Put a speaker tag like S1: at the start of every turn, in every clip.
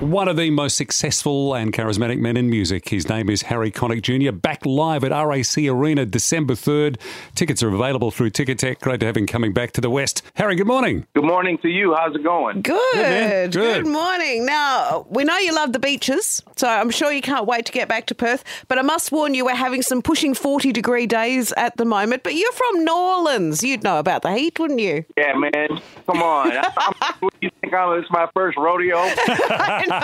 S1: One of the most successful and charismatic men in music. His name is Harry Connick Jr. Back live at RAC Arena December 3rd. Tickets are available through Ticket Tech. Great to have him coming back to the West. Harry, good morning.
S2: Good morning to you. How's it going?
S3: Good.
S1: man.
S3: Good,
S1: Good.
S3: morning. Now, we know you love the beaches, so I'm sure you can't wait to get back to Perth. But I must warn you, we're having some pushing 40 degree days at the moment. But you're from New Orleans. You'd know about the heat, wouldn't you?
S2: Yeah, man. Come on. I'm- what do you think I'm, it's my first rodeo? I
S3: I know.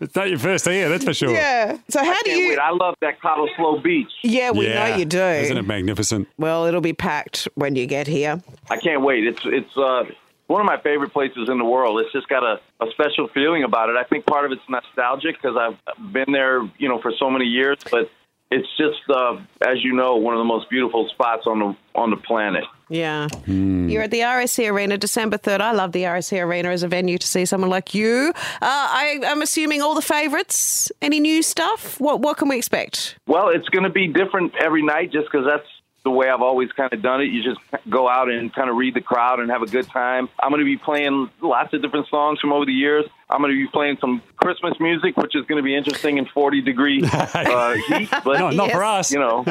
S1: It's not your first year, that's for sure.
S3: yeah. So, how do
S2: can't
S3: you.
S2: wait. I love that Cottle Slow Beach.
S3: Yeah, we
S1: Yeah.
S3: know you do.
S1: Isn't it magnificent?
S3: Well, it'll be packed when you get here.
S2: I can't wait. It's it's uh, one of my favorite places in the world. It's just got a, a special feeling about it. I think part of it's nostalgic because I've been there, you know, for so many years. But it's just, uh, as you know, one of the most beautiful spots on the on the planet.
S3: Yeah.
S1: Hmm.
S3: You're at the RSC Arena December 3rd. I love the RSC Arena as a venue to see someone like you. Uh, I, I'm assuming all the favourites. Any new stuff? What, what can we expect?
S2: Well, it's going to be different every night just because that's the way I've always kind of done it. You just go out and kind of read the crowd and have a good time. I'm going to be playing lots of different songs from over the years. I'm going to be playing some Christmas music, which is going to be interesting in 40 degree uh, heat. But,
S1: No, not for us.
S2: you know,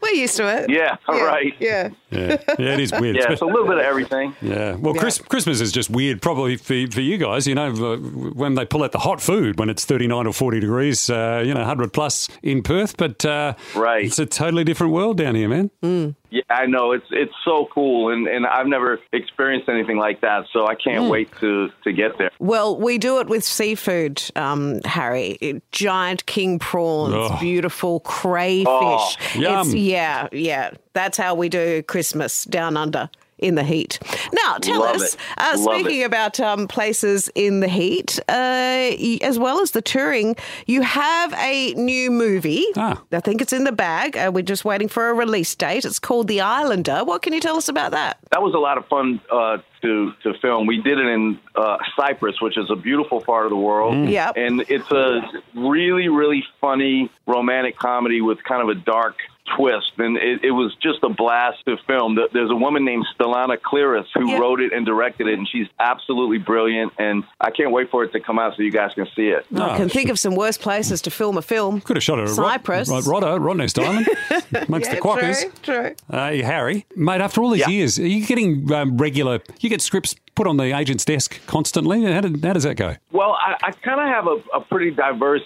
S3: We're used to it.
S2: yeah, all right. yeah.
S3: Yeah.
S1: Yeah. Yeah, it is weird.
S2: it's a little bit of everything.
S1: Yeah. Well, Chris, Christmas is just weird, probably for, for you guys. You know, uh, when they pull out the hot food when it's 39 or 40 degrees, uh, you know, 100 plus in Perth. But uh,
S2: Right.
S1: it's a totally different world down here, man.
S2: Yeah, I know it's it's so cool, and, and I've never experienced anything like that, so I can't
S1: Hmm.
S2: wait to to get there.
S3: Well, we do it with seafood, um, Harry. It- Giant king prawns,
S1: Ugh.
S3: beautiful crayfish.
S2: Oh,
S3: It's,
S1: yum.
S3: yeah, yeah. That's how we do Christmas down under in the heat. Now, tell
S2: Love
S3: us,
S2: it.
S3: uh,
S2: Love
S3: speaking
S2: it.
S3: about um, places in the heat, uh, y- as well as the touring, you have a new movie.
S1: Ah.
S3: I think it's in the bag. Uh, we're just waiting for a release date. It's called The Islander. What can you tell us about that?
S2: that was a lot of fun uh, to to film. We did it in uh, Cyprus, which is a beautiful part of the world.
S3: Yep.
S2: and it's a really really funny romantic comedy with kind of a dark twist, and it, it was just a blast to film. Th- There's a woman named Stellana Clearis who
S3: Yeah.
S2: wrote it and directed it, and she's absolutely brilliant. And I can't wait for it to come out so you guys can see it.
S3: I can think of some worse places to film a film.
S1: Could have shot it at Ro-
S3: Cyprus.
S1: Ro- Rodder, Rodney's Diamond, amongst the quackers.
S3: True, true.
S1: Hey, Harry, mate, after all these
S2: Yeah.
S1: years, are you getting um, regular, you get scripts put on the agent's desk constantly? How, did, how does that go?
S2: Well, I, I kind of have a, a pretty diverse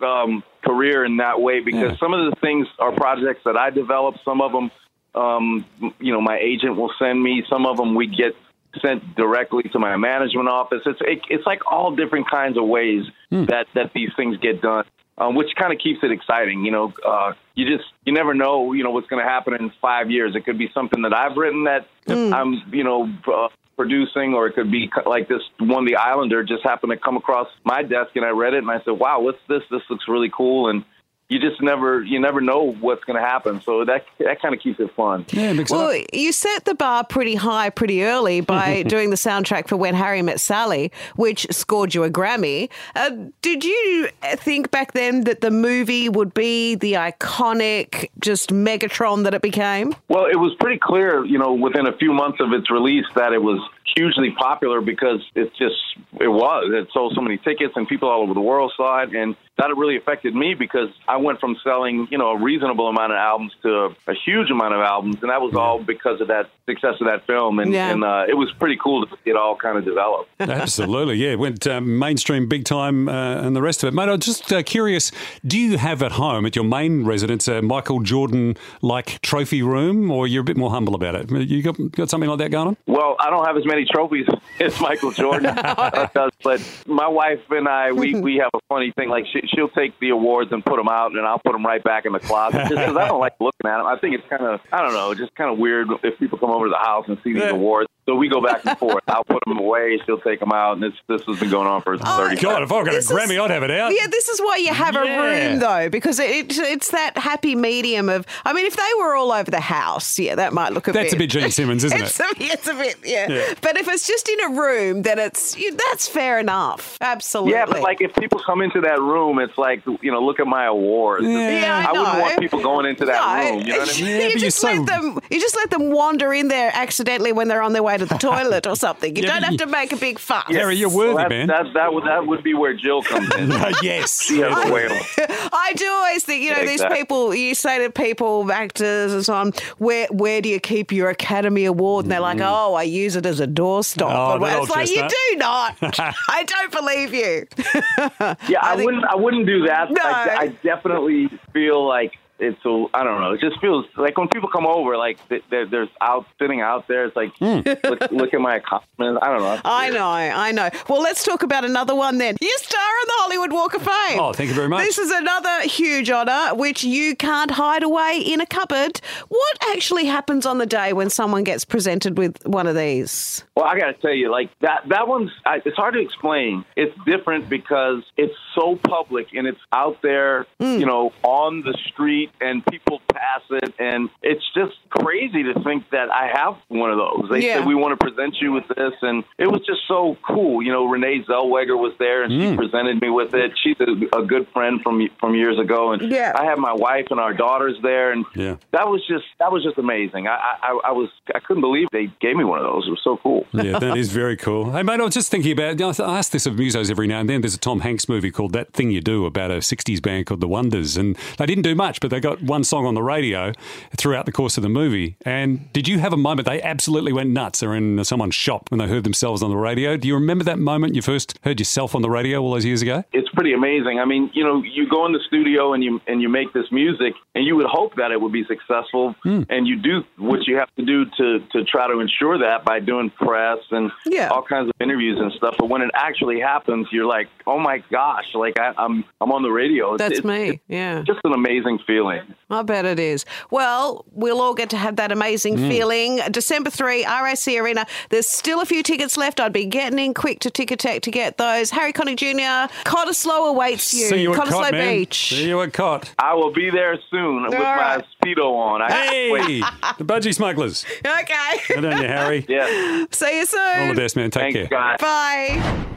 S2: um, career in that way because
S1: Yeah.
S2: some of the things are projects that I develop. Some of them, um, you know, my agent will send me. Some of them we get sent directly to my management office. It's it, it's like all different kinds of ways that that these things get done. Um, which kind of keeps it exciting, you know. Uh, you just you never know, you know, what's going to happen in five years. It could be something that I've written that I'm, you know, uh, producing, or it could be co- like this one, The Islander, just happened to come across my desk, and I read it, and I said, "Wow, what's this? This looks really cool." And you just never, you never know what's going to happen, so that that kind of keeps it fun.
S1: Yeah, mix it up.
S3: Well, you set the bar pretty high pretty early by doing the soundtrack for When Harry Met Sally, which scored you a Grammy. Uh, did you think back then that the movie would be the iconic, just Megatron that it became?
S2: Well, it was pretty clear, you know, within a few months of its release that it was hugely popular because it's just it was. It sold so many tickets and people all over the world saw it and that it really affected me because I went from selling, you know, a reasonable amount of albums to a huge amount of albums and that was all because of that success of that film and,
S3: Yeah.
S2: and uh, it was pretty cool to see it all kind of develop.
S1: Absolutely, yeah. Went um, mainstream big time uh, and the rest of it. Mate, I'm just uh, curious do you have at home, at your main residence, a Michael Jordan like trophy room, or you're a bit more humble about it? You got, got something like that going on?
S2: Well, I don't have as many trophies as Michael Jordan uh, does, but my wife and I, we, we have a funny thing. Like she, she'll take the awards and put them out, and I'll put them right back in the closet just 'cause I don't like looking at them. I think it's kind of I don't know, just kind of weird if people come over to the house and see these
S1: Yeah.
S2: awards. So we go back and forth. I'll put them away, she'll take them out, and this this has been going on for
S3: Oh,
S2: thirty.
S1: God, if I got a
S3: This is-
S1: Grammy, I'd have it out.
S3: Yeah, this is why you have
S1: Yeah.
S3: a room though, because it, it's that happy medium of. I mean, if they were all over the house, yeah, that might look a
S1: That's a bit
S3: bit.
S1: Gene Simmons, isn't
S3: It's
S1: it?
S3: a, it's a bit, yeah.
S1: Yeah.
S3: But if it's just in a room, then it's you, that's fair enough. Absolutely.
S2: Yeah, but like if people come into that room, it's like you know, look at my awards.
S3: Yeah, I,
S2: I wouldn't
S3: know. eh?
S2: want people going into that
S3: No,
S2: room. You know what I mean?
S1: Yeah,
S3: you
S1: but
S3: just
S1: you're so-
S3: let them. You just let them wander in there accidentally when they're on their way way to the toilet or something. You
S1: Yeah,
S3: don't
S1: but
S3: have
S1: you-
S3: to make a big fuss.
S1: Harry, you're worthy,
S2: that,
S1: man.
S2: that, that, would, that would be where Jill comes in.
S1: yes.
S2: She has a whale.
S3: I do always think, you know,
S2: Yeah, exactly.
S3: these people, you say to people, actors and so on, where where do you keep your Academy Award? And they're like, oh, I use it as a doorstop.
S1: Mm. Oh,
S3: And
S1: that
S3: it's
S1: old
S3: like,
S1: chestnut.
S3: you do not. I don't believe you.
S2: Yeah, I,
S3: think-
S2: wouldn't. I wouldn't do that.
S3: No.
S2: I, I definitely feel like it's. A, I don't know. It just feels like when people come over, like th- there- there's out sitting out there. It's like look, look at my accomplishments. I don't know.
S3: Hmm. I know, I know. Well, let's talk about another one then. You star on the Hollywood Walk of Fame.
S1: Oh, thank you very much.
S3: This is another huge honour, which you can't hide away in a cupboard. What actually happens on the day when someone gets presented with one of these?
S2: Well, I gotta tell you, like that. That one's. I, it's hard to explain. It's different because it's so public and it's out there.
S3: Hmm.
S2: You know, on the street and people pass it, and it's just crazy to think that I have one of those. They
S3: Yeah.
S2: said we want to present you with this, and it was just so cool. You know, Renee Zellweger was there and
S3: Hmm.
S2: she presented me with it. She's a, a good friend from from years ago, and
S3: Yeah.
S2: I had my wife and our daughters there, and
S1: Yeah.
S2: that was just that was just amazing. I, I I was I couldn't believe they gave me one of those. It was so cool.
S1: yeah, that is very cool. Hey, mate, I was just thinking about. you know, I ask this of musos every now and then. There's a Tom Hanks movie called That Thing You Do about a '60s band called The Wonders, and they didn't do much, but they got one song on the radio throughout the course of the movie. And did you have a moment they absolutely went nuts, or in someone's shop when they heard themselves on the radio? Do you remember that moment you first heard yourself on the radio all those years ago?
S2: it's pretty amazing. I mean, you know, you go in the studio and you and you make this music, and you would hope that it would be successful,
S3: Hmm.
S2: and you do what you have to do to to try to ensure that by doing press and
S3: Yeah.
S2: all kinds of interviews and stuff. But when it actually happens, you're like, oh my gosh, like I, I'm I'm on the radio. It's-
S3: That's
S2: it's-
S3: me. Yeah.
S2: it's Just an amazing feeling.
S3: I bet it is. Well, we'll all get to have that amazing feeling. December 3, RAC Arena. There's still a few tickets left. I'd be getting in quick to Ticketek to get those. Harry Connick Jr., Cottesloe awaits you.
S1: See you at
S3: Cottesloe
S1: Cot, man.
S3: Beach.
S1: See you at Cot.
S2: I will be there soon with
S3: right.
S2: my speedo on. I can't
S1: Hey,
S2: wait.
S1: the budgie smugglers.
S3: Okay.
S1: Well done, you, Harry.
S2: Yeah.
S3: See you soon.
S1: All the best, man. Take
S2: Thanks,
S1: care.
S2: guys.
S3: Bye.